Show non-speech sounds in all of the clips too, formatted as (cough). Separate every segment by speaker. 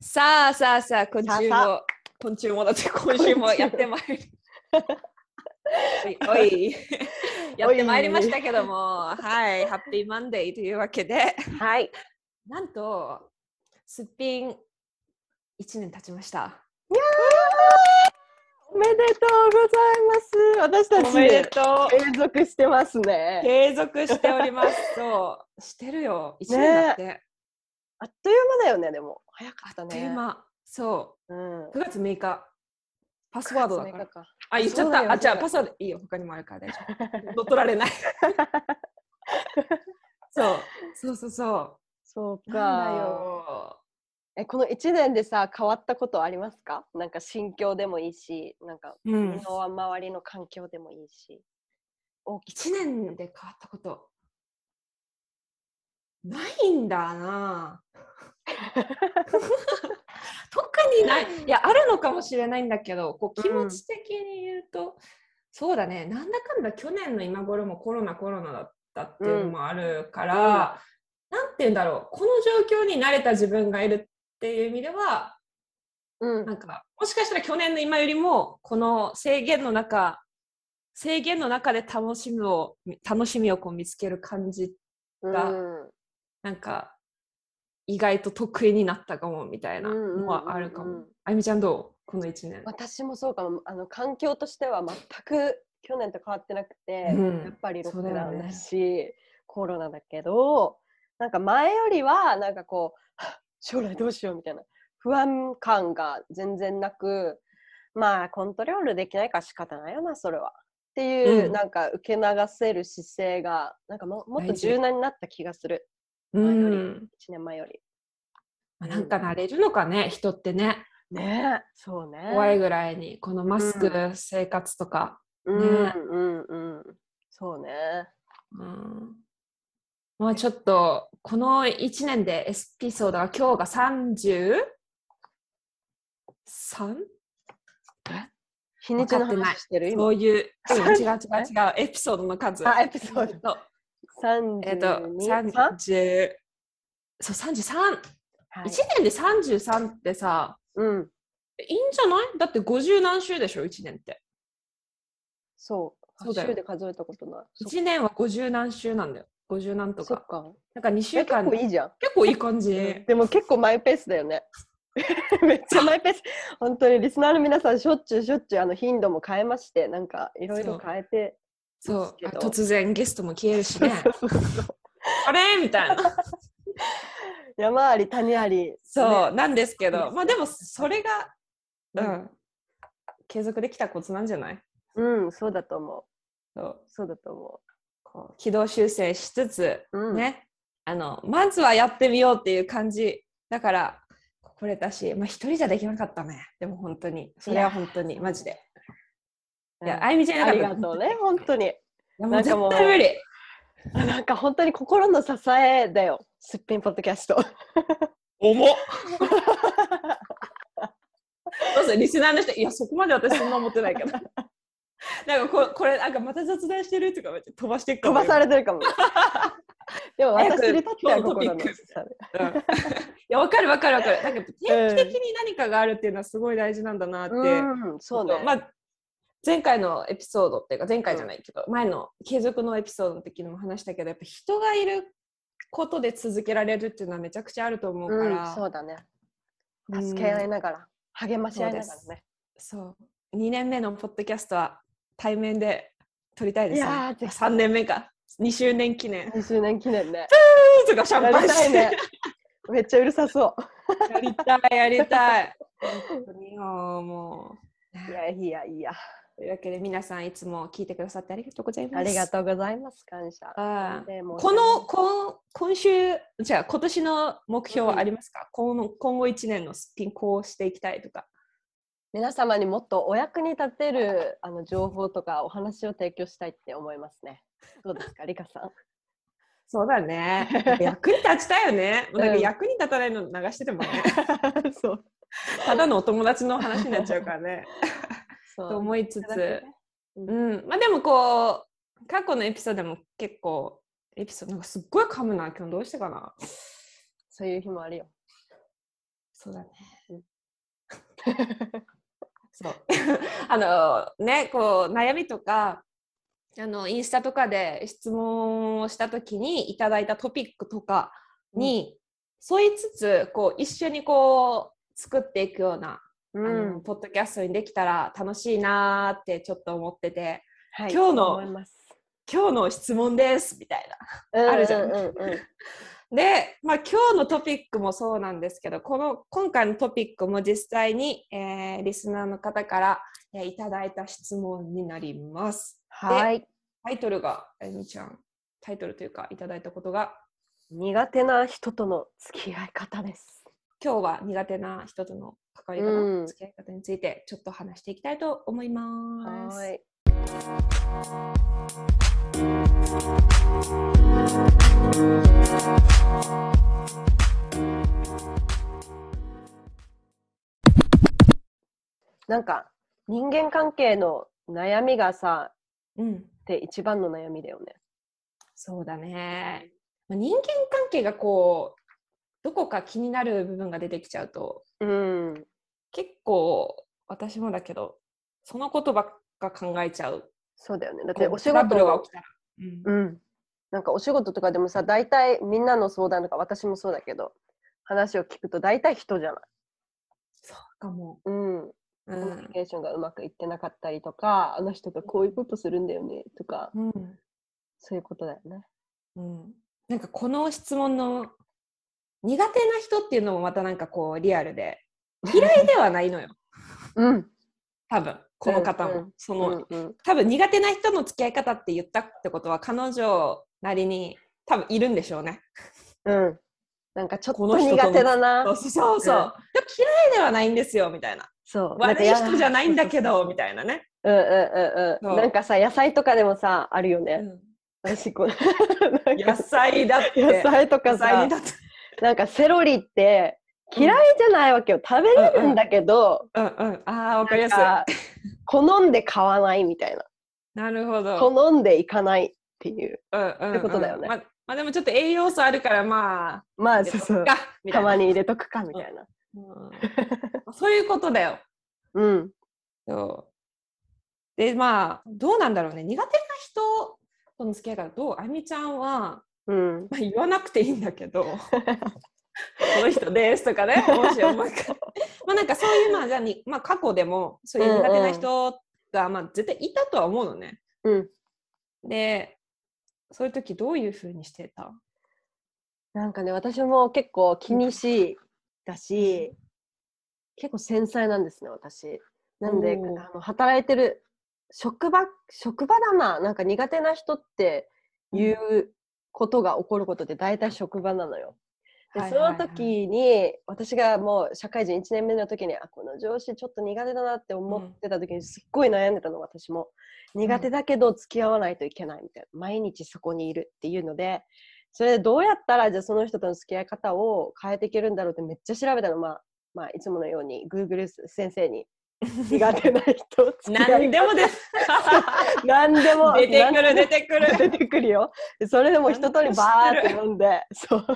Speaker 1: さあさあさあ、今週
Speaker 2: さあ
Speaker 1: も、今週もだって今週もやってまいりおいおいやってまいりましたけども、はい、ハッピーマンデーというわけで、
Speaker 2: はい。
Speaker 1: なんと、すっぴん1年経ちました。
Speaker 2: おめでとうございます。私た
Speaker 1: おめで
Speaker 2: ち
Speaker 1: と
Speaker 2: 継続してます
Speaker 1: う。
Speaker 2: ね。
Speaker 1: 継続しております。そう、してるよ、1年だって。
Speaker 2: あっという間だよね、でも。早かっ
Speaker 1: あ
Speaker 2: た
Speaker 1: っ
Speaker 2: ね。
Speaker 1: という間。そ
Speaker 2: うん
Speaker 1: う、。9月6日。パスワードだから。
Speaker 2: か。
Speaker 1: あ、言っちゃ
Speaker 2: そう
Speaker 1: っ
Speaker 2: だよ
Speaker 1: た。あ、じゃあパ
Speaker 2: そうだよ
Speaker 1: スワードいいよ、他にもあるから大丈夫。乗っ取られない。そう、そうそうそ
Speaker 2: そう
Speaker 1: う。
Speaker 2: か。
Speaker 1: なんだよ。
Speaker 2: え、この一年でさ、変わったことありますかなんか心境でもいいし、なんか、
Speaker 1: う
Speaker 2: 身の周りの環境でもいいし。大き
Speaker 1: 一年で変わったこと。ないんだ (laughs) な。特にない。いや、あるのかもしれないんだけど、こう気持ち的に言うと、そうだね、なんだかんだ去年の今頃もコロナコロナだったっていうのもあるから、なんて言うんだろう、この状況に慣れた自分がいるっていう意味では、
Speaker 2: うん
Speaker 1: なんかもしかしたら去年の今よりもこの制限の中制限の中で楽しみを楽しみをこう見つける感じが
Speaker 2: うん
Speaker 1: なんか意外と得意になったかもみたいなのはあるかも、
Speaker 2: うんうんうんうん
Speaker 1: あゆみちゃんどうこの1年、
Speaker 2: 私もそうかも。あの、環境としては全く去年と変わってなくて。やっぱりロックダウンだしコロナだけどなんか前よりはなんかこう (laughs) はっ将来どうしようみたいな不安感が全然なくまあコントロールできないから仕方ないよなそれはっていう、
Speaker 1: うん
Speaker 2: なんか受け流せる姿勢がなんかももっと
Speaker 1: 大事
Speaker 2: 柔軟になった気がする
Speaker 1: うん
Speaker 2: 前より1年前より。
Speaker 1: まあなんか慣れるのかね人ってね
Speaker 2: ねえそうね。
Speaker 1: 怖いぐらいにこのマスク、
Speaker 2: う
Speaker 1: 生活とか、
Speaker 2: うん
Speaker 1: ね
Speaker 2: うんうんそうね。
Speaker 1: うん、まあちょっとこの1年でエスピソードは今日が 33?
Speaker 2: 日にちの
Speaker 1: 分かってない
Speaker 2: 話してる
Speaker 1: そ
Speaker 2: 今。
Speaker 1: ういう、うん違う違う違う、エピソードの数。
Speaker 2: あエピソード。
Speaker 1: ド。
Speaker 2: 32
Speaker 1: えっと、
Speaker 2: 三
Speaker 1: 30。そう、33。
Speaker 2: はい
Speaker 1: 1年で33ってさ、
Speaker 2: うん。
Speaker 1: いいんじゃないだって50何週でしょ、1年って。
Speaker 2: そう。
Speaker 1: そうだよ
Speaker 2: 週で数えたことない。
Speaker 1: 1年は50何週なんだよ。50何と
Speaker 2: そっ
Speaker 1: か。
Speaker 2: か。
Speaker 1: なんか2
Speaker 2: いや
Speaker 1: 週
Speaker 2: 結
Speaker 1: 間
Speaker 2: 構いいじゃん。
Speaker 1: 結構いい感じ。
Speaker 2: でも結構マイペースだよね。 (laughs) めっちゃマイペース。本当にリスナーの皆さん、しょっちゅうしょっちゅうあの頻度も変えまして、なんかいろいろ変えて。
Speaker 1: そう
Speaker 2: で。すけど
Speaker 1: 突然ゲストも消えるしね。
Speaker 2: (laughs) そうそうそう
Speaker 1: あれみた
Speaker 2: (laughs)
Speaker 1: いな。
Speaker 2: 山あり谷あり。
Speaker 1: そう、
Speaker 2: ね。
Speaker 1: なんですけ
Speaker 2: そう
Speaker 1: ど、
Speaker 2: です
Speaker 1: まあでもそれが、う、
Speaker 2: うん
Speaker 1: 継続できたコツなんじゃない
Speaker 2: うん、そうだと思う。
Speaker 1: そう。
Speaker 2: そうだと思
Speaker 1: こう軌道修正しつつ、
Speaker 2: う。うん、。
Speaker 1: ねあのまずはやってみようっていう感じだからこれだし、まあ、一人じゃできなかったねでも本当にそれは本当にマジで
Speaker 2: う
Speaker 1: い
Speaker 2: ん
Speaker 1: やあゆみちゃん
Speaker 2: あり
Speaker 1: いなか
Speaker 2: が
Speaker 1: った
Speaker 2: とうね、本当に。
Speaker 1: いやもう
Speaker 2: なんかも
Speaker 1: 絶対
Speaker 2: う
Speaker 1: 無理
Speaker 2: あなんか本当に心の支えだよ。すっぴんポッドキャスト。
Speaker 1: 重っどうするリスナーの人いやそこまで私そんな思ってないけ
Speaker 2: (laughs)
Speaker 1: どなんかここれなんかまた雑談してるとかめっちゃ飛ばしてっか
Speaker 2: 飛ばされてるかも。 (laughs) でも
Speaker 1: 早
Speaker 2: 私
Speaker 1: く
Speaker 2: にとって
Speaker 1: 今
Speaker 2: は
Speaker 1: 日のト
Speaker 2: 心
Speaker 1: ピッ
Speaker 2: の
Speaker 1: ク
Speaker 2: 支え。
Speaker 1: うんいやわかるわかるわかるなんか定期的に何かがあるっていうのはすごい大事なんだなって、
Speaker 2: うん、そうね。
Speaker 1: まあ、前回のエピソードっていうか前回じゃないけど、前の継続のエピソードの時にも話したけどやっぱ人がいることで続けられるっていうのはめちゃくちゃあると思うか
Speaker 2: うん、
Speaker 1: ら、
Speaker 2: そうだね。
Speaker 1: うん
Speaker 2: 助け合いながら、励まし合いながらね。
Speaker 1: そう2年目のポッドキャストは対面で撮りたいです
Speaker 2: いや
Speaker 1: ね
Speaker 2: ーぜひ
Speaker 1: 3年目か2周年記念
Speaker 2: 2周年記念ね。
Speaker 1: とかシャン
Speaker 2: や
Speaker 1: パン
Speaker 2: りた
Speaker 1: し
Speaker 2: い
Speaker 1: て
Speaker 2: ね。めっちゃうるさそ
Speaker 1: やりたいやりた
Speaker 2: (laughs)
Speaker 1: い本当によも
Speaker 2: う。いやいやいや。
Speaker 1: うというわけで皆さんいつも聞いてくださってありがとうございます
Speaker 2: ありがとうございます。感謝。
Speaker 1: あー
Speaker 2: でも
Speaker 1: このこ今週じゃあ今年の目標はありますか、今後今後1年のスピンこうしていきたいとか
Speaker 2: 皆様にもっとお役に立てるあの情報とかお話を提供したいって思いますね。どうですか、リカさん。
Speaker 1: そうだ (laughs) ね役に立ちたいよね、
Speaker 2: うん
Speaker 1: なんか役に立たないの流しててもね (laughs)
Speaker 2: そう。
Speaker 1: ただのお友達の話になっちゃうから (laughs) ね
Speaker 2: そう。
Speaker 1: と思いつ
Speaker 2: いただ
Speaker 1: つ
Speaker 2: けて、
Speaker 1: うんまあ、でもこう過去のエピソードでも結構エピソードなんかすっごい噛むな今日どうしてかな
Speaker 2: そういう日もあるよ。
Speaker 1: そうだね。 (laughs) そう (laughs) あのねこう悩みとかあのインスタとかで質問をした時にいただいたトピックとかに、うん、沿いつつこう一緒にこう作っていくような、うん、あのポッドキャストにできたら楽しいなーってちょっと思ってて、はい、今日の今日の質問ですみたいな、うん、あるじゃん。うんうんうんで、まあ、今日のトピックもそうなんですけどこの今回のトピックも実際に、えー、リスナーの方から、えー、いただいた質問になります。
Speaker 2: はい
Speaker 1: タイトルがえみちゃんタイトルというかいただいたことが
Speaker 2: 苦手な人との付き合い方です。
Speaker 1: 今日は苦手な人との関わり方の付き合い方についてちょっと話していきたいと思います。はい
Speaker 2: なんか人間関係の悩みがさ、うん、って一番の悩みだよね。
Speaker 1: そうだね。人間関係がこうどこか気になる部分が出てきちゃうと、
Speaker 2: うん、
Speaker 1: 結構私もだけどそのことばっか考えちゃう。
Speaker 2: そうだよね。だってお仕事
Speaker 1: が起きたら。
Speaker 2: うん、うんなんかお仕事とかでもさ大体みんなの相談とか私もそうだけど話を聞くと大体人じゃない
Speaker 1: そうかも
Speaker 2: うん、うん、コミュニケーションがうまくいってなかったりとかあの人がこういうことするんだよねとか、
Speaker 1: うん、
Speaker 2: そういうことだよね
Speaker 1: うんなんかこの質問の苦手な人っていうのもまたなんかこうリアルで嫌いではないのよ
Speaker 2: (laughs) うん
Speaker 1: 多分この方も、うんうん、その、うんうん、多分苦手な人の付き合い方って言ったってことは彼女なりに多分いるんでしょうね。
Speaker 2: うん。なんかちょっと苦手だな。
Speaker 1: そうそうそう、うん、嫌いではないんですよみたいな。
Speaker 2: そう。
Speaker 1: 悪い人じゃないんだけどみたいなね。
Speaker 2: うんうんうんうん。なんかさ野菜とかでもさあるよね。 (laughs) うん、私こ
Speaker 1: (laughs) 野菜だって。
Speaker 2: 野菜とかさ。野なんかセロリって嫌いじゃないわけよ、食べれるんだけど、
Speaker 1: うんうん、うんうん、ああわかりやす
Speaker 2: い好んで買わないみたいな
Speaker 1: なるほど
Speaker 2: 好んでいかないっていう、
Speaker 1: うんうん、うん、
Speaker 2: ってことだよね、
Speaker 1: ま、まあでもちょっと栄養素あるからまあ
Speaker 2: まあそうそうたまに入れとくかみたいな、
Speaker 1: うん、そういうことだよ
Speaker 2: うん
Speaker 1: そうでまあどうなんだろうね苦手な人との付き合いからどうあみちゃんは、
Speaker 2: うん
Speaker 1: まあ、言わなくていいんだけどこの人ですとかね、もし思うか。まあなんかそういうのはじゃあに、まあ、過去でもそういう苦手な人が、まあ、絶対いたとは思うのね。
Speaker 2: うん、
Speaker 1: で、そういう時どういうふうにしてた
Speaker 2: なんかね、私も結構気にしいだし、うん、結構繊細なんですね、私。なんで、あの働いてる職場、職場だな、なんか苦手な人っていうことが起こることって大体職場なのよ。でその時に私がもう社会人1年目の時にあこの上司ちょっと苦手だなって思ってた時にすっごい悩んでたの私も、うん、苦手だけど付き合わないといけないみたいな毎日そこにいるっていうのでそれでどうやったらじゃあその人との付き合い方を変えていけるんだろうってめっちゃ調べたのまあ、まあ、いつものように Google 先生に苦手な人
Speaker 1: (laughs) 何でもです
Speaker 2: 何でも
Speaker 1: 出てくる出てくる
Speaker 2: 出てくるよそれでも一通りバーって飲んでそう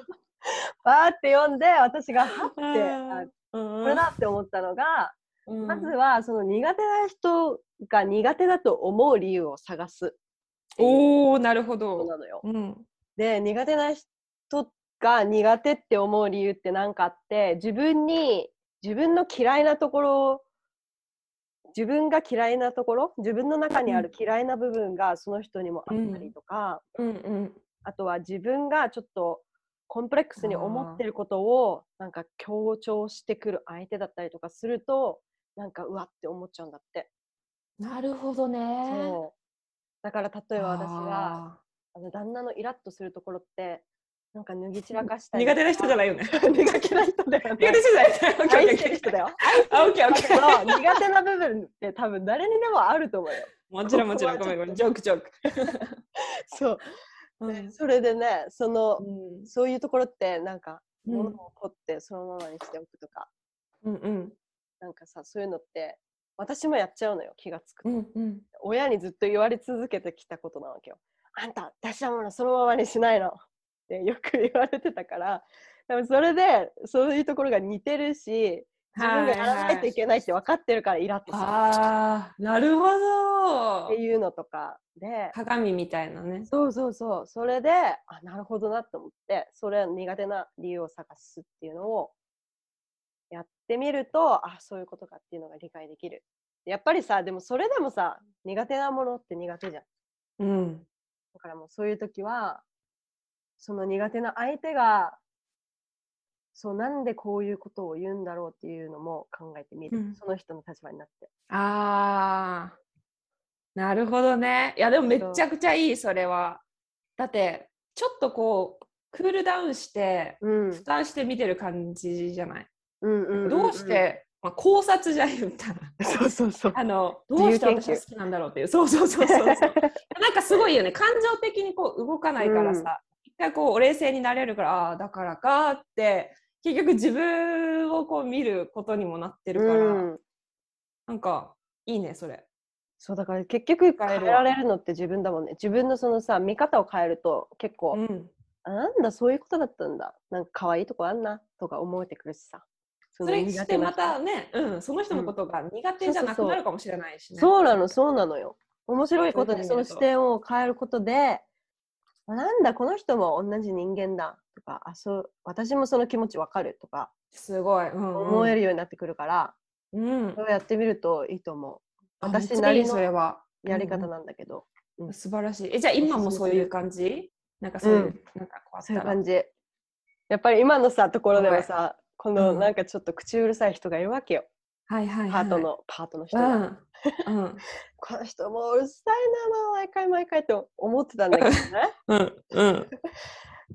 Speaker 2: バーって読んで私がはってあこれだって思ったのが、うん、まずはその苦手な人が苦手だと思う理由を探す
Speaker 1: おーなるほど
Speaker 2: なのよ、
Speaker 1: うん、
Speaker 2: で苦手な人が苦手って思う理由って何かあって自分に自分の嫌いなところ自分が嫌いなところ自分の中にある嫌いな部分がその人にもあったりとか、
Speaker 1: うんうんうん、
Speaker 2: あとは自分がちょっとコンプレックスに思ってることをなんか強調してくる相手だったりとかするとなんかうわって思っちゃうんだって
Speaker 1: なるほどね
Speaker 2: だから例えば私があの旦那のイラッとするところってなんか脱ぎ散らかしたり
Speaker 1: 苦手な人
Speaker 2: (laughs)
Speaker 1: じゃないよね
Speaker 2: 苦手な人だよね
Speaker 1: 苦手じゃない
Speaker 2: 愛してる人だよ
Speaker 1: 愛してる人だ
Speaker 2: よ苦手な部分って多分誰にでもあると思うよ
Speaker 1: もちろんもちろんごめんごめんジョークジョーク
Speaker 2: そうね、それでねその、うん、そういうところってなんか物を取ってそのままにしておくとか、
Speaker 1: うんうん、
Speaker 2: なんかさそういうのって私もやっちゃうのよ気が付くと、
Speaker 1: うんうん、
Speaker 2: 親にずっと言われ続けてきたことな (laughs) わけよあんた出したものそのままにしないのってよく言われてたからでもそれでそういうところが似てるし自分がやらないといけないって分かってるからイラッとする
Speaker 1: あーなるほど
Speaker 2: っていうのとかで
Speaker 1: 鏡みたいなね
Speaker 2: そうそうそうそれであなるほどなと思ってそれは苦手な理由を探すっていうのをやってみるとあそういうことかっていうのが理解できるやっぱりさでもそれでもさ苦手なものって苦手じゃん
Speaker 1: うん
Speaker 2: だからもうそういう時はその苦手な相手がそうなんでこういうことを言うんだろうっていうのも考えてみる、
Speaker 1: うん
Speaker 2: その人の立場になって
Speaker 1: あーなるほどねいやでもめっちゃくちゃいいそれはだってちょっとこうクールダウンして
Speaker 2: うん
Speaker 1: 俯瞰して見てる感じじゃない、
Speaker 2: うんうんんん
Speaker 1: どうして、まあ、考察じゃん言ったら
Speaker 2: (laughs) そうそうそう
Speaker 1: あのどうして私は好きなんだろうっていうそうそうそうそうそうなんかすごいよね感情的にこう動かないからさ、一回こう冷静になれるからああーだからかって結局自分をこう見ることにもなってるから、
Speaker 2: (laughs) うん
Speaker 1: なんかいいねそれ。
Speaker 2: そうだから結局
Speaker 1: 変え
Speaker 2: 変え
Speaker 1: るわ
Speaker 2: られるのって自分だもんね自分のそのさ見方を変えると結構、
Speaker 1: うん
Speaker 2: あなんだそういうことだったんだなんか可愛いとこあんなとか思えてくるしさ
Speaker 1: そ
Speaker 2: の
Speaker 1: れ
Speaker 2: 苦
Speaker 1: して
Speaker 2: 手な
Speaker 1: ま
Speaker 2: 人
Speaker 1: たね、うん、その人のことが苦手じゃなくなるかもしれないしね。
Speaker 2: そうなのそうなのよ面白いことに
Speaker 1: そ
Speaker 2: そう
Speaker 1: いう
Speaker 2: の
Speaker 1: ふうに見ると
Speaker 2: 視点を変えることであなんだこの人も同じ人間だとかあそう私もその気持ちわかるとか
Speaker 1: すごい。うんうん
Speaker 2: 思えるようになってくるから、
Speaker 1: うん
Speaker 2: そ。れをやってみるといいと思
Speaker 1: あ
Speaker 2: 私な
Speaker 1: めっちゃい
Speaker 2: りの
Speaker 1: いそれは
Speaker 2: うやり方なんだけど、
Speaker 1: うん素晴らしい。えじゃあ今もそういう感じ？なんかそういう、なんかこうあっ
Speaker 2: そ
Speaker 1: た
Speaker 2: ういう
Speaker 1: ら
Speaker 2: 感じやっぱり今のさところではさこの
Speaker 1: うん
Speaker 2: なんかちょっと口うるさい人がいるわけよ、
Speaker 1: はいはいはい。
Speaker 2: パートのパートの人
Speaker 1: う
Speaker 2: が、
Speaker 1: ん。うん
Speaker 2: この人もううるさいなもう毎回毎回って思ってたんだけどね
Speaker 1: うんうん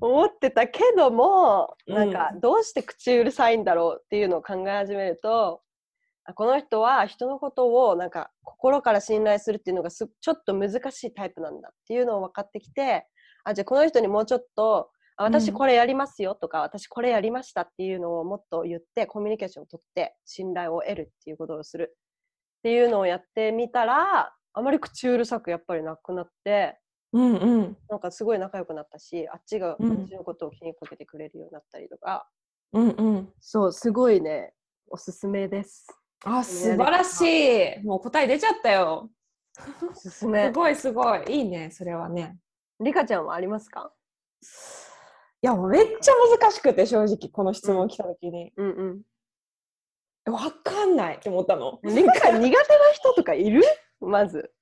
Speaker 2: 思ってたけども
Speaker 1: うん
Speaker 2: なんかどうして口うるさいんだろうっていうのを考え始めると、あこの人は人のことをなんか心から信頼するっていうのがすちょっと難しいタイプなんだっていうのを分かってきてあじゃあこの人にもうちょっとあ私
Speaker 1: うん
Speaker 2: これやりますよとか、私これやりましたっていうのをもっと言ってコミュニケーションを取って信頼を得るっていうことをするっていうのをやってみたらあまり口うるさくやっぱりなくなって
Speaker 1: うんうん
Speaker 2: なんかすごい仲良くなったし、あっちが
Speaker 1: うん
Speaker 2: 私のことを気にかけてくれるようになったりとか、
Speaker 1: うんうん。
Speaker 2: そう、すごいね、おすすめです。
Speaker 1: あ素晴らしい。もう答え出ちゃったよ。
Speaker 2: お (laughs) すす
Speaker 1: す
Speaker 2: め。
Speaker 1: ごいすごいいいねそれはね。
Speaker 2: リカちゃんはありますか
Speaker 1: いやめっちゃ難しくて正直この質問来た時に、
Speaker 2: うん
Speaker 1: えわかんないって思ったの
Speaker 2: うん。リカ、苦手な人とかいるまず。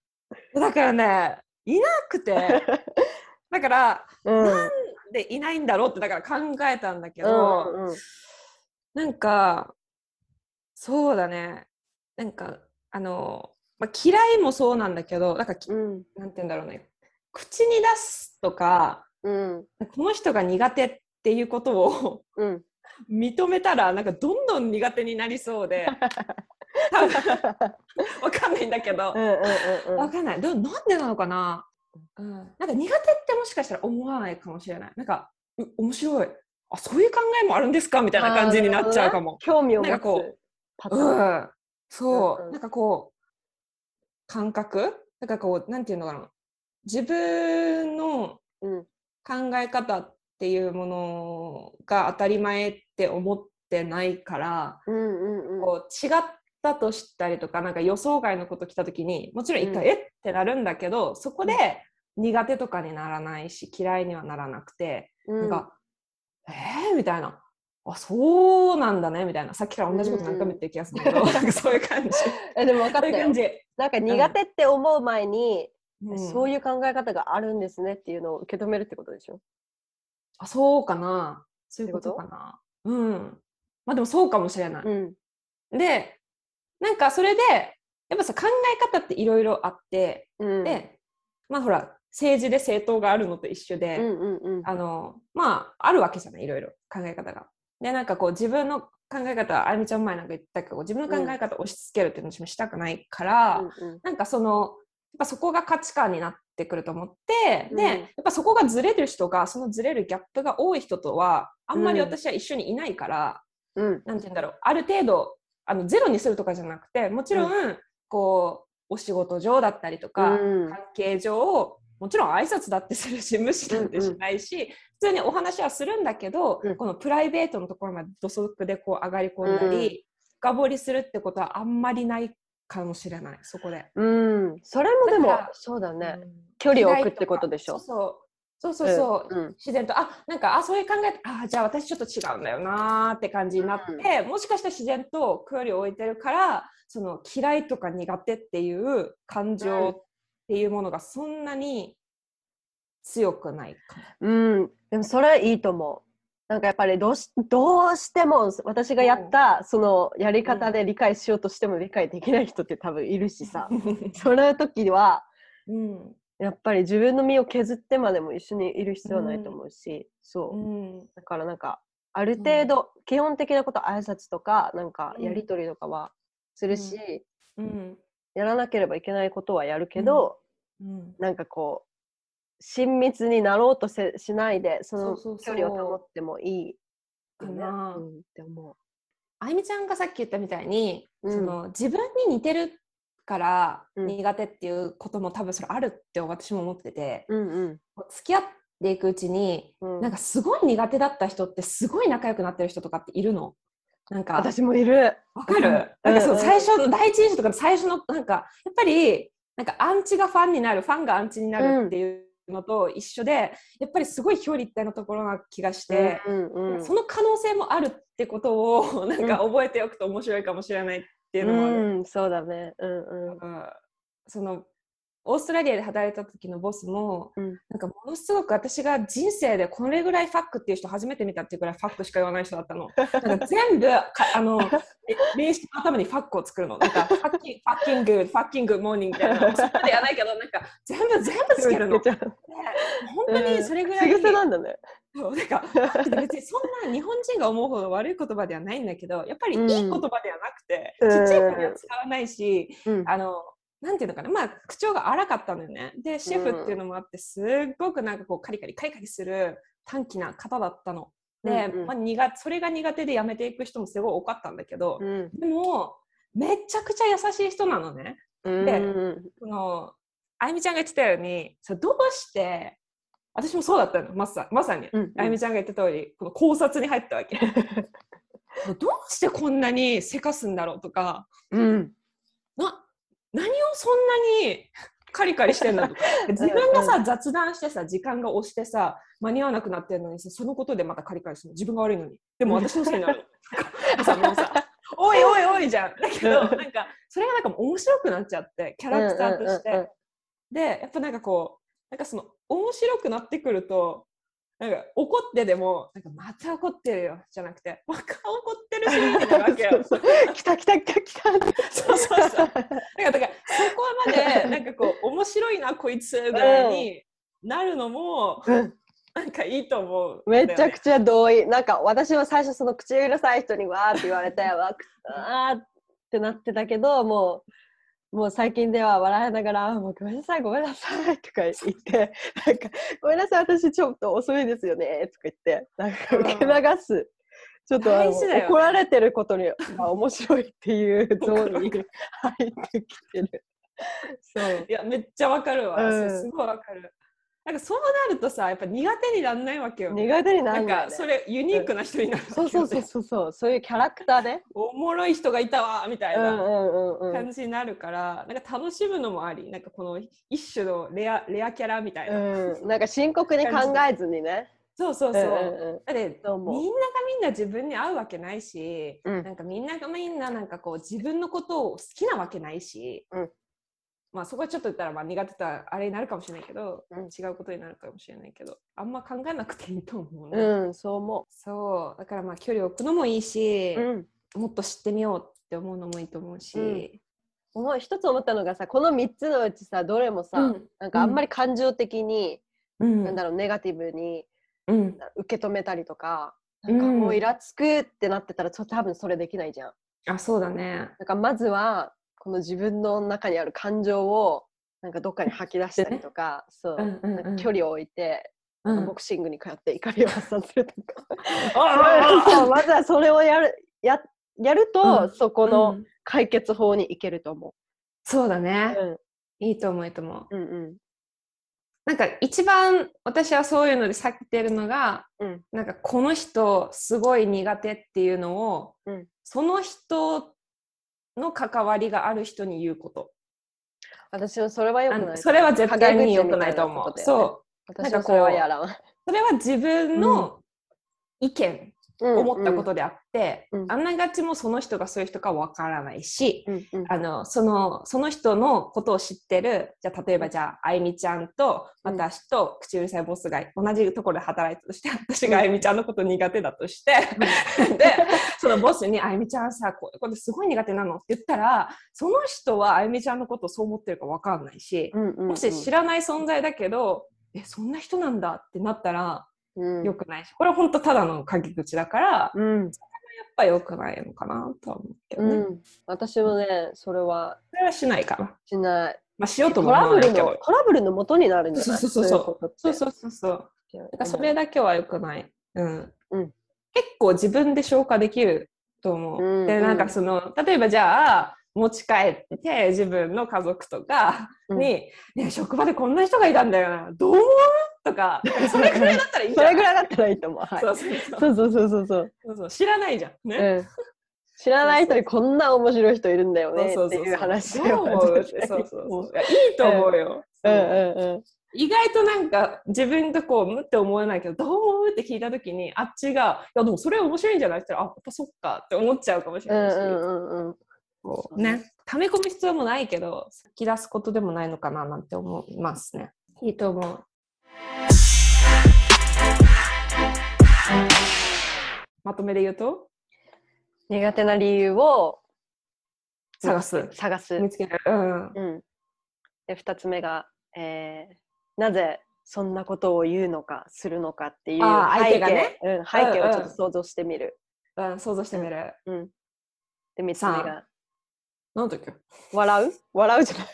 Speaker 1: だからねいなく (laughs) てだから
Speaker 2: うん。
Speaker 1: でいないんだろうってだから考えたんだけ
Speaker 2: う
Speaker 1: ど、
Speaker 2: んうんうん
Speaker 1: なんかそうだねなんかあの、まあ、嫌いもそうなんだけどなんかき
Speaker 2: うん
Speaker 1: なんて言うんだろうね口に出すとか
Speaker 2: うん (laughs)
Speaker 1: この人が苦手っていうことを (laughs)
Speaker 2: うん。
Speaker 1: 認めたらなんかどんどん苦手になりそう
Speaker 2: (laughs)
Speaker 1: で多分わかんないんだけど
Speaker 2: うんうんう
Speaker 1: わ
Speaker 2: ん
Speaker 1: かんないどなんでなのかな、うん、なんか苦手ってもしかしたら思わないかもしれないなんかう面白いあそういう考えもあるんですかみたいな感じになっちゃうかも、
Speaker 2: 興味を持
Speaker 1: なんかこ
Speaker 2: つパタ
Speaker 1: う
Speaker 2: ーン。
Speaker 1: んそう、
Speaker 2: うんうん
Speaker 1: なんかこう感覚なんかこうなんていうのかな自分の
Speaker 2: うん
Speaker 1: 考え方っていうものが当たり前って思ってないから、
Speaker 2: うんうんうん。
Speaker 1: こう違ったとしたりとかなんか予想外のこと来た時にもちろん一回、
Speaker 2: うん
Speaker 1: えってなるんだけどそこで
Speaker 2: う
Speaker 1: 苦手とかにならないし嫌いにはならなくて、
Speaker 2: うん
Speaker 1: なんかえー、みたいなあそうなんだねみたいなさっきから同じこと何回も言ってる気がするんだけど、なんかそういう (laughs) 感じ
Speaker 2: えでも分かっ
Speaker 1: そうい
Speaker 2: た
Speaker 1: う
Speaker 2: よ
Speaker 1: 感。じ、
Speaker 2: なんか苦手って思う前に、そう
Speaker 1: いう
Speaker 2: いう考え方があるんですねっていうのを受け止めるってことでしょ
Speaker 1: あそうかなそういうことかなうんまあでもそうかもしれない、
Speaker 2: ん。
Speaker 1: でなんかそれでやっぱさ考え方っていろいろあって
Speaker 2: うん、
Speaker 1: で、まあほら政治で政党があるのと一緒で、
Speaker 2: うんうんうん、
Speaker 1: あのまああるわけじゃないいろいろ考え方が。でなんかこう自分の考え方あゆみちゃん前なんか言ったけど自分の考え方を押し付けるっていうのもしたくないから、
Speaker 2: うんうん
Speaker 1: なんかそのやっぱそこが価値観になってくると思って、
Speaker 2: うん
Speaker 1: でやっぱそこがずれる人がそのずれるギャップが多い人とはあんまり
Speaker 2: うん
Speaker 1: 私は一緒にいないから、
Speaker 2: うん
Speaker 1: なんて言うんだろうある程度あのゼロにするとかじゃなくてもちろん、こうお仕事上だったりとか、
Speaker 2: うん
Speaker 1: 関係上もちろん挨拶だってするし無視なんてしないし、普通にお話はするんだけど、
Speaker 2: うん
Speaker 1: このプライベートのところまで土足でこう上がり込んだり、
Speaker 2: うん
Speaker 1: 深掘りするってことはあんまりないかもしれないそこで。
Speaker 2: うん、それもでも
Speaker 1: だから
Speaker 2: そうだね、
Speaker 1: うん
Speaker 2: 距離を置くってことでしょ
Speaker 1: そうそうそうそうそう、
Speaker 2: うん
Speaker 1: 自然とあなんかあそういう考えあじゃあ私ちょっと違うんだよなーって感じになって、もしかしたら自然と距離を置いてるからその嫌いとか苦手っていう感
Speaker 2: うん
Speaker 1: 情っていうものがそんなに強くないかも。
Speaker 2: うん、でもそれいいと思うなんかやっぱりどうしどうしても私がやったそのやり方で理解しようとしても理解できない人って多分いるしさその時は
Speaker 1: うん
Speaker 2: やっぱり自分の身を削ってまでも一緒にいる必要はないと思うし、そうう、
Speaker 1: ん
Speaker 2: だからなんかある程度、基本的なこと挨拶とかなんかやり取りとかはするし、
Speaker 1: うん
Speaker 2: やらなければいけないことはやるけど、
Speaker 1: うん
Speaker 2: なんかこう親密になろうとせしないでその
Speaker 1: そうそうそ
Speaker 2: 距
Speaker 1: う
Speaker 2: 離を保ってもいいよね
Speaker 1: かな
Speaker 2: うん、って思う。
Speaker 1: あゆみちゃんがさっき言ったみたいに、
Speaker 2: うん
Speaker 1: その自分に似てるから
Speaker 2: うん
Speaker 1: 苦手っていうことも多分それあるって私も思ってて、
Speaker 2: うんうん
Speaker 1: 付き合っていくうちに、
Speaker 2: うん
Speaker 1: なんかすごい苦手だった人ってすごい仲良くなってる人とかっているのなんか
Speaker 2: 私もいる。
Speaker 1: わかる、
Speaker 2: うん
Speaker 1: なんかそうの
Speaker 2: ん
Speaker 1: 最初の第一印象とかの最初のなんかやっぱりなんかアンチがファンになるファンがアンチになるっていうのと一緒で、やっぱりすごい表裏一体のところな気がして、
Speaker 2: うんうんうん
Speaker 1: その可能性もあるってことをなんか覚えておくと面白いかもしれないっていうのもある。
Speaker 2: うんそうだね。うんう
Speaker 1: う
Speaker 2: ん
Speaker 1: んそのオーストラリアで働いた時のボスも、
Speaker 2: うん
Speaker 1: なんかものすごく私が人生でこれぐらいファックっていう人初めて見たっていうぐらいファックしか言わない人だった
Speaker 2: (laughs)
Speaker 1: のなんか全部かあのえ名詞の頭にファックを作るのなんかファッキンファッキングファッキングモーニングみたいなそこまでやらないけどなんか全部全部つけるの
Speaker 2: つけちゃう
Speaker 1: 本当にそれぐらい、
Speaker 2: うん仕草なんだね。
Speaker 1: そうなんか別にそんな日本人が思うほど悪い言葉ではないんだけどやっぱりいい言葉ではなくて、
Speaker 2: うん
Speaker 1: ちっちゃい子には使わないし、
Speaker 2: うん
Speaker 1: あの、なんていうのかな、まあ、口調が荒かったのよね。で、シェフっていうのもあって、すっごくなんかこう、カリカリカリカリする短気な方だったの。で、
Speaker 2: うんうん
Speaker 1: まあ、苦それが苦手で辞めていく人もすごい多かったんだけど
Speaker 2: う、ん
Speaker 1: でも、めちゃくちゃ優しい人なのね。
Speaker 2: うんうん
Speaker 1: その、あゆみちゃんが言ってたように、そうどうして、私もそうだったの、まさまさに。
Speaker 2: うん
Speaker 1: あゆみちゃんが言った通り、この考察に入ったわ
Speaker 2: (laughs)
Speaker 1: け。どうしてこんなにせかすんだろうとか、
Speaker 2: うん
Speaker 1: な何をそんなにカリカリしてん
Speaker 2: (laughs)
Speaker 1: だとか自分がさ雑談してさ時間が押してさ間に合わなくなってるのにさそのことでまたカリカリするの自分が悪いのにでも私のせいになる
Speaker 2: (laughs)
Speaker 1: のさもうさおいおいおいじゃんだけどなんかそれがなんか面白くなっちゃってキャラクターとして、
Speaker 2: うんうんうん
Speaker 1: でやっぱなんかこうなんかその面白くなってくるとなんか怒ってでもなんかまた怒ってるよじゃなくてまた怒ってるしみたいなわけ
Speaker 2: (laughs)
Speaker 1: よ
Speaker 2: そうそう来た来た来た来た
Speaker 1: そうそうそう。なんかだからそこま
Speaker 2: (laughs)
Speaker 1: でなんかこう面白いなこいつぐらいになるのも
Speaker 2: うん
Speaker 1: なんかいいと思う、
Speaker 2: (laughs) めちゃく
Speaker 1: ち
Speaker 2: ちゃ同意。なんか私は最初その口うるさい人にわーって言われてわーくあーってなってたけどもうもう最近では笑いながらあ「もうごめんなさいごめんなさい」とか言って「なんかごめんなさい私ちょっと遅いですよね」とか言ってなん
Speaker 1: う
Speaker 2: か
Speaker 1: ん
Speaker 2: 受け流す。ちょっとあの
Speaker 1: 大事だよね
Speaker 2: 怒られてることに、まあ、面白いっていうゾーンに入ってきてる。そう
Speaker 1: いやめっちゃわかるわ、
Speaker 2: うん
Speaker 1: すごいわかるなんかそうなるとさやっぱ苦手になんないわけよ
Speaker 2: 苦手にな
Speaker 1: なんん
Speaker 2: だよ
Speaker 1: か
Speaker 2: ね
Speaker 1: それユニークな人になるわけ
Speaker 2: そ
Speaker 1: よ
Speaker 2: う
Speaker 1: ね
Speaker 2: そうそうそうそうそういうキャラクターね。
Speaker 1: おもろい人がいたわみたい
Speaker 2: うんう
Speaker 1: なん
Speaker 2: うんうん。
Speaker 1: 感じになるから、なんか楽しむのもありなんかこの一種のレアレアキャラみたいな、
Speaker 2: うん、なんか深刻に考えずにね。
Speaker 1: そうそうそう、
Speaker 2: うん
Speaker 1: だって
Speaker 2: そう思う
Speaker 1: みんながみんな自分に合うわけないし、
Speaker 2: うん
Speaker 1: なんかみんながみんななんかこう自分のことを好きなわけないし、
Speaker 2: うん
Speaker 1: まあそこはちょっと言ったらまあ苦手とはあれになるかもしれないけど、
Speaker 2: うん
Speaker 1: 違うことになるかもしれないけどあんま考えなくていいと思う
Speaker 2: う
Speaker 1: ね、
Speaker 2: ん、うん、そう思
Speaker 1: そうだからまあ距離を置くのもいいし
Speaker 2: う。、うん、
Speaker 1: もっと知ってみようって思うのもいいと思うし、
Speaker 2: うん思う一つ思ったのがさ、この三つのうちさ、どれもさ、
Speaker 1: うん
Speaker 2: なんかあんまり感情的に、
Speaker 1: うん
Speaker 2: なんだろう、ネガティブに
Speaker 1: うん
Speaker 2: 受け止めたりとか、
Speaker 1: う
Speaker 2: なん
Speaker 1: ん
Speaker 2: かもうイラつくってなってたら、ちょっと多分それできないじゃん。
Speaker 1: あそうだね
Speaker 2: なんかまずは、この自分の中にある感情を、なんかどっかに吐き出したりとか、そう、
Speaker 1: うんうんうん
Speaker 2: なんか距離を置いて、
Speaker 1: うん
Speaker 2: ボクシングに通って怒りを発散するとか。
Speaker 1: あー
Speaker 2: そうまずはそれをやるややると、
Speaker 1: うん
Speaker 2: そこ
Speaker 1: う
Speaker 2: の
Speaker 1: ん
Speaker 2: 解決法に行けると思
Speaker 1: そうだ
Speaker 2: う。
Speaker 1: ね、
Speaker 2: う
Speaker 1: いいと思ういいと思うん
Speaker 2: うんうん
Speaker 1: なんか一番私はそういうので避けてるのが、
Speaker 2: うん
Speaker 1: なんかこの人すごい苦手っていうのを、
Speaker 2: うん
Speaker 1: その人の関わりがある人に言うこと。
Speaker 2: 私はそれは良く
Speaker 1: あ
Speaker 2: な
Speaker 1: の
Speaker 2: い。
Speaker 1: それは絶対に良くないと
Speaker 2: 陰口みたいなこ
Speaker 1: 思う。
Speaker 2: だよね
Speaker 1: そう。
Speaker 2: 私はそれはやらん。
Speaker 1: それは自分の意見、思ったことであって、
Speaker 2: うん
Speaker 1: あながちもうその人がそういう人かわからないし、
Speaker 2: うんうん
Speaker 1: あのそのその人のことを知ってるじゃあ例えばじゃああゆみちゃんと
Speaker 2: うん
Speaker 1: 私と口うるさいボスが同じところで働いたとして私があゆみちゃんのこと苦手だとして、でそのボスに「あゆみちゃんさこうこれすごい苦手なの」って言ったらその人はあゆみちゃんのことをそう思ってるかわかんないし、
Speaker 2: うんうんうん
Speaker 1: もし知らない存在だけど「えそんな人なんだ」ってなったら
Speaker 2: うん
Speaker 1: 良くないしこれは本当ただの陰口だからやっ
Speaker 2: うん
Speaker 1: ぱ良くないのかなとは思うけどね、
Speaker 2: うん私もねそれは
Speaker 1: それはしないかな。
Speaker 2: しない
Speaker 1: まあ、しようと
Speaker 2: ト
Speaker 1: も思
Speaker 2: ラ
Speaker 1: わな
Speaker 2: ブル
Speaker 1: いけ
Speaker 2: の
Speaker 1: ど。
Speaker 2: トラブルの元になるんじゃない
Speaker 1: そうそうそう
Speaker 2: そう
Speaker 1: そうそう
Speaker 2: う
Speaker 1: そうそう。
Speaker 2: そう
Speaker 1: だからそれだけは良くない。うん。
Speaker 2: うん
Speaker 1: 結構自分で消化できると思う。
Speaker 2: うん
Speaker 1: で、なん
Speaker 2: う
Speaker 1: か
Speaker 2: ん
Speaker 1: その、例えばじゃあ、持ち帰って自分の家族とかに、
Speaker 2: うん
Speaker 1: ねえ職場でこんな人がいたんだよな、どう思うとか、それぐらいだったらいいじ
Speaker 2: そ
Speaker 1: ゃ
Speaker 2: れ
Speaker 1: ん。
Speaker 2: ぐらいだったらいいと思うはい
Speaker 1: そうそうそう
Speaker 2: そうそうそうそうそう
Speaker 1: そうそう知らないじゃん。ね。
Speaker 2: うん知らない人にこんな面白い人いるんだよね
Speaker 1: そうそ
Speaker 2: って
Speaker 1: うそう
Speaker 2: いう話を
Speaker 1: どう思うってそうそうそういやいいと思うよ。
Speaker 2: うん
Speaker 1: そう
Speaker 2: う
Speaker 1: 意外となんか自分とこうむって思えないけどどう思うって聞いた時にあっちが「いやでもそれ面白いんじゃない?」って言ったら「あやっぱそっか」って思っちゃうかもしれ
Speaker 2: ん
Speaker 1: ないし、
Speaker 2: うんうんうんうん
Speaker 1: こうね溜め込む必要もないけど吐き出すことでもないのかななんて思いますね。いいと思う。まとめで言うと
Speaker 2: 苦手な理由を
Speaker 1: 探す
Speaker 2: 探す
Speaker 1: 見つける。うん
Speaker 2: うん、で2つ目が、えーなぜそんなことを言うのかするのかっていう背景
Speaker 1: あー相手がね
Speaker 2: うん、背景
Speaker 1: うんう
Speaker 2: を
Speaker 1: ん
Speaker 2: ちょっと想像してみる。
Speaker 1: うん、想像してみる。
Speaker 2: うんで3つ目が
Speaker 1: なんだっけ
Speaker 2: 笑う笑うじゃな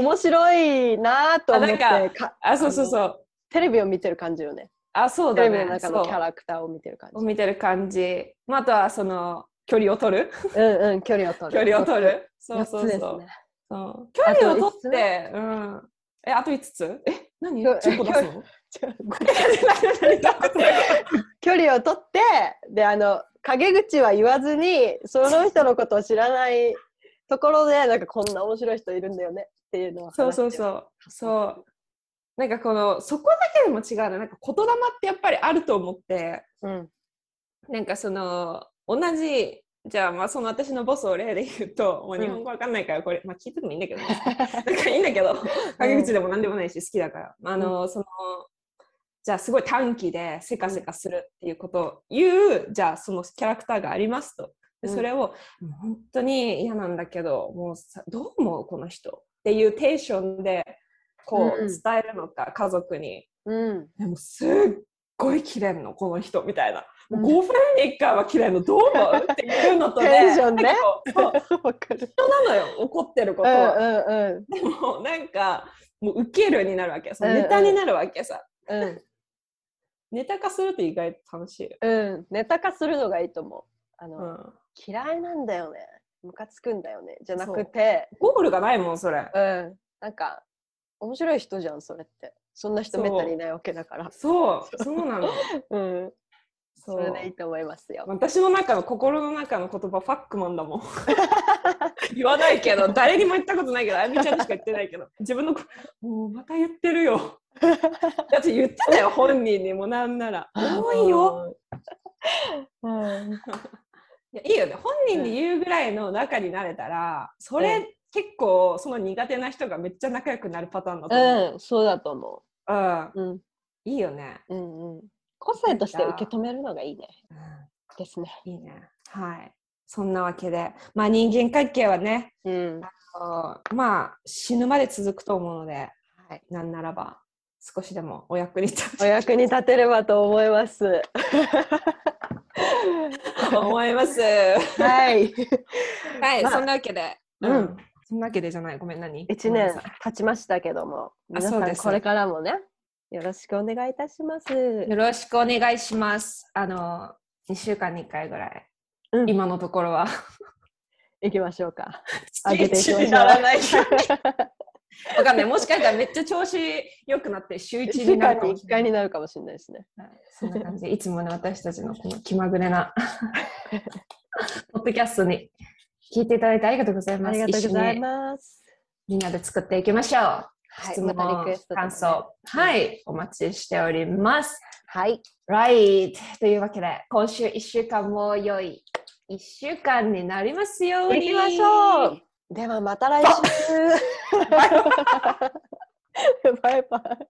Speaker 1: (laughs)
Speaker 2: 面白いなと思って
Speaker 1: あなん
Speaker 2: か
Speaker 1: あそうそうそう。
Speaker 2: テレビを見てる感じよね
Speaker 1: あそうだ
Speaker 2: テレビの
Speaker 1: ね。
Speaker 2: 中の
Speaker 1: そ
Speaker 2: キ
Speaker 1: う
Speaker 2: ャラクターを見てる感
Speaker 1: を見てる感じ、まあ、あとはその距離を取る
Speaker 2: じうんうん距離を取
Speaker 1: 距
Speaker 2: る
Speaker 1: 離を取るそう
Speaker 2: 四
Speaker 1: そ
Speaker 2: つ
Speaker 1: う
Speaker 2: で
Speaker 1: そ
Speaker 2: す
Speaker 1: う
Speaker 2: ね
Speaker 1: そう距離を
Speaker 2: あと
Speaker 1: 取
Speaker 2: 五つ
Speaker 1: ってうんえあと5つえ何
Speaker 2: 距離
Speaker 1: 10個出す
Speaker 2: (laughs)
Speaker 1: の
Speaker 2: ちょ
Speaker 1: 何何何
Speaker 2: 距離を取ってであの陰口は言わずにその人のことを知らないところでなんかこんな面白い人いるんだよねっていうのを話
Speaker 1: そうそう
Speaker 2: して
Speaker 1: そ
Speaker 2: よ
Speaker 1: うそうなんかこのそこだけでも違うななんか言霊ってやっぱりあると思って
Speaker 2: う、うん
Speaker 1: なんかその同じじゃあまあその私のボスを例で言うと、もう日本語わかんないからこれ、まあ聞いてもいいんだけどねなんかいいんだけど陰口でも何でもないし好きだから、あのそのじゃあすごい短期でせかせかするっていうことを言うじゃあそのキャラクターがありますとで
Speaker 2: うん
Speaker 1: それを、もう本当に嫌なんだけどもうさどう思うこの人っていうテンションでこ
Speaker 2: うん
Speaker 1: う
Speaker 2: う
Speaker 1: ん伝えるのか、家族に
Speaker 2: うん
Speaker 1: でもすっごい綺麗のこの人みたいな、
Speaker 2: うん
Speaker 1: もう5分に1回は綺麗のどう思うっていうのとね
Speaker 2: テンションね
Speaker 1: なんかこうそう
Speaker 2: わかる
Speaker 1: 人なのよ怒ってるこ
Speaker 2: う
Speaker 1: と
Speaker 2: ん
Speaker 1: は、
Speaker 2: うんうん
Speaker 1: でもなんかもうウケるになるわけその
Speaker 2: うんうん
Speaker 1: ネタになるわけさ、
Speaker 2: うん
Speaker 1: ネタ化すると意外と楽しいよ、
Speaker 2: うんネタ化するのがいいと思うあの、
Speaker 1: うん、
Speaker 2: 嫌いなんだよねムカつくんだよねじゃなくて
Speaker 1: ゴールがないもんそれ
Speaker 2: うんなんか面白い人じゃんそれってそんな人めったにいないわけだから
Speaker 1: そうそうなの
Speaker 2: (laughs) うん
Speaker 1: そ
Speaker 2: (laughs) そうれでいいと思いますよ
Speaker 1: 私の中の心の中の言葉ファックマンだ
Speaker 2: (laughs)
Speaker 1: もん言わないけど誰にも言ったことないけどあやみちゃんにしか言ってないけど自分のこもうまた言ってる
Speaker 2: (laughs)
Speaker 1: よだって言ってたよ本人にもなんなら多いよ
Speaker 2: (laughs) うん
Speaker 1: いやいいよね本人に言うぐらいの仲になれたらそれ、
Speaker 2: う
Speaker 1: 結構その苦手な人がめっちゃ仲良くなるパターンだと思う、
Speaker 2: うん、そうだと思
Speaker 1: うん
Speaker 2: う。うん、
Speaker 1: いいよね、
Speaker 2: うん、うん。個性として受け止めるのがいいね。
Speaker 1: う
Speaker 2: ですね。
Speaker 1: んいいねはいそんなわけでまあ人間関係はね
Speaker 2: うん。
Speaker 1: あのまあ死ぬまで続くと思うので
Speaker 2: はい。
Speaker 1: なんならば少しでもお役に立
Speaker 2: お
Speaker 1: て
Speaker 2: 役に立てればと思います。
Speaker 1: たと思い (laughs) ます。
Speaker 2: はい。
Speaker 1: はい、
Speaker 2: まあ
Speaker 1: そんなわけで、
Speaker 2: うん
Speaker 1: そんなわけでじゃない、ごめん何？
Speaker 2: (laughs) 一
Speaker 1: ごめんな
Speaker 2: 年
Speaker 1: さい
Speaker 2: 経ちましたけども、
Speaker 1: あ
Speaker 2: 皆
Speaker 1: そう
Speaker 2: さ
Speaker 1: で
Speaker 2: ん
Speaker 1: す
Speaker 2: これからもね、よろしくお願いいたします。
Speaker 1: よろしくお願いします。あの二週間に一回ぐらい、
Speaker 2: うん
Speaker 1: 今のと
Speaker 2: (laughs)
Speaker 1: ころは
Speaker 2: 行きましょうか。
Speaker 1: 月一
Speaker 2: 上げていきましょう (laughs)
Speaker 1: にならないようにわかんない。もしかしたらめっちゃ調子良くなって週1になるかもしれ
Speaker 2: 1
Speaker 1: ない。
Speaker 2: 回になるかもしれないですね。
Speaker 1: はいそんな感じで、いつもの私たちのこの気まぐれ
Speaker 2: (laughs)
Speaker 1: なポッドキャストに聞いていただいてありがとうございま
Speaker 2: あ
Speaker 1: す。
Speaker 2: りがとうござい
Speaker 1: 一緒に
Speaker 2: ます。
Speaker 1: みんなで作っていきましょう。
Speaker 2: はい、
Speaker 1: 質問、
Speaker 2: またリクエストとかね
Speaker 1: 感想、はい、お待ちしております。
Speaker 2: はい、
Speaker 1: Right! というわけで、今週1週間も良い1週間になりますよう
Speaker 2: 行
Speaker 1: に。
Speaker 2: きましょ (laughs) う。ではまた来週。バイバイ。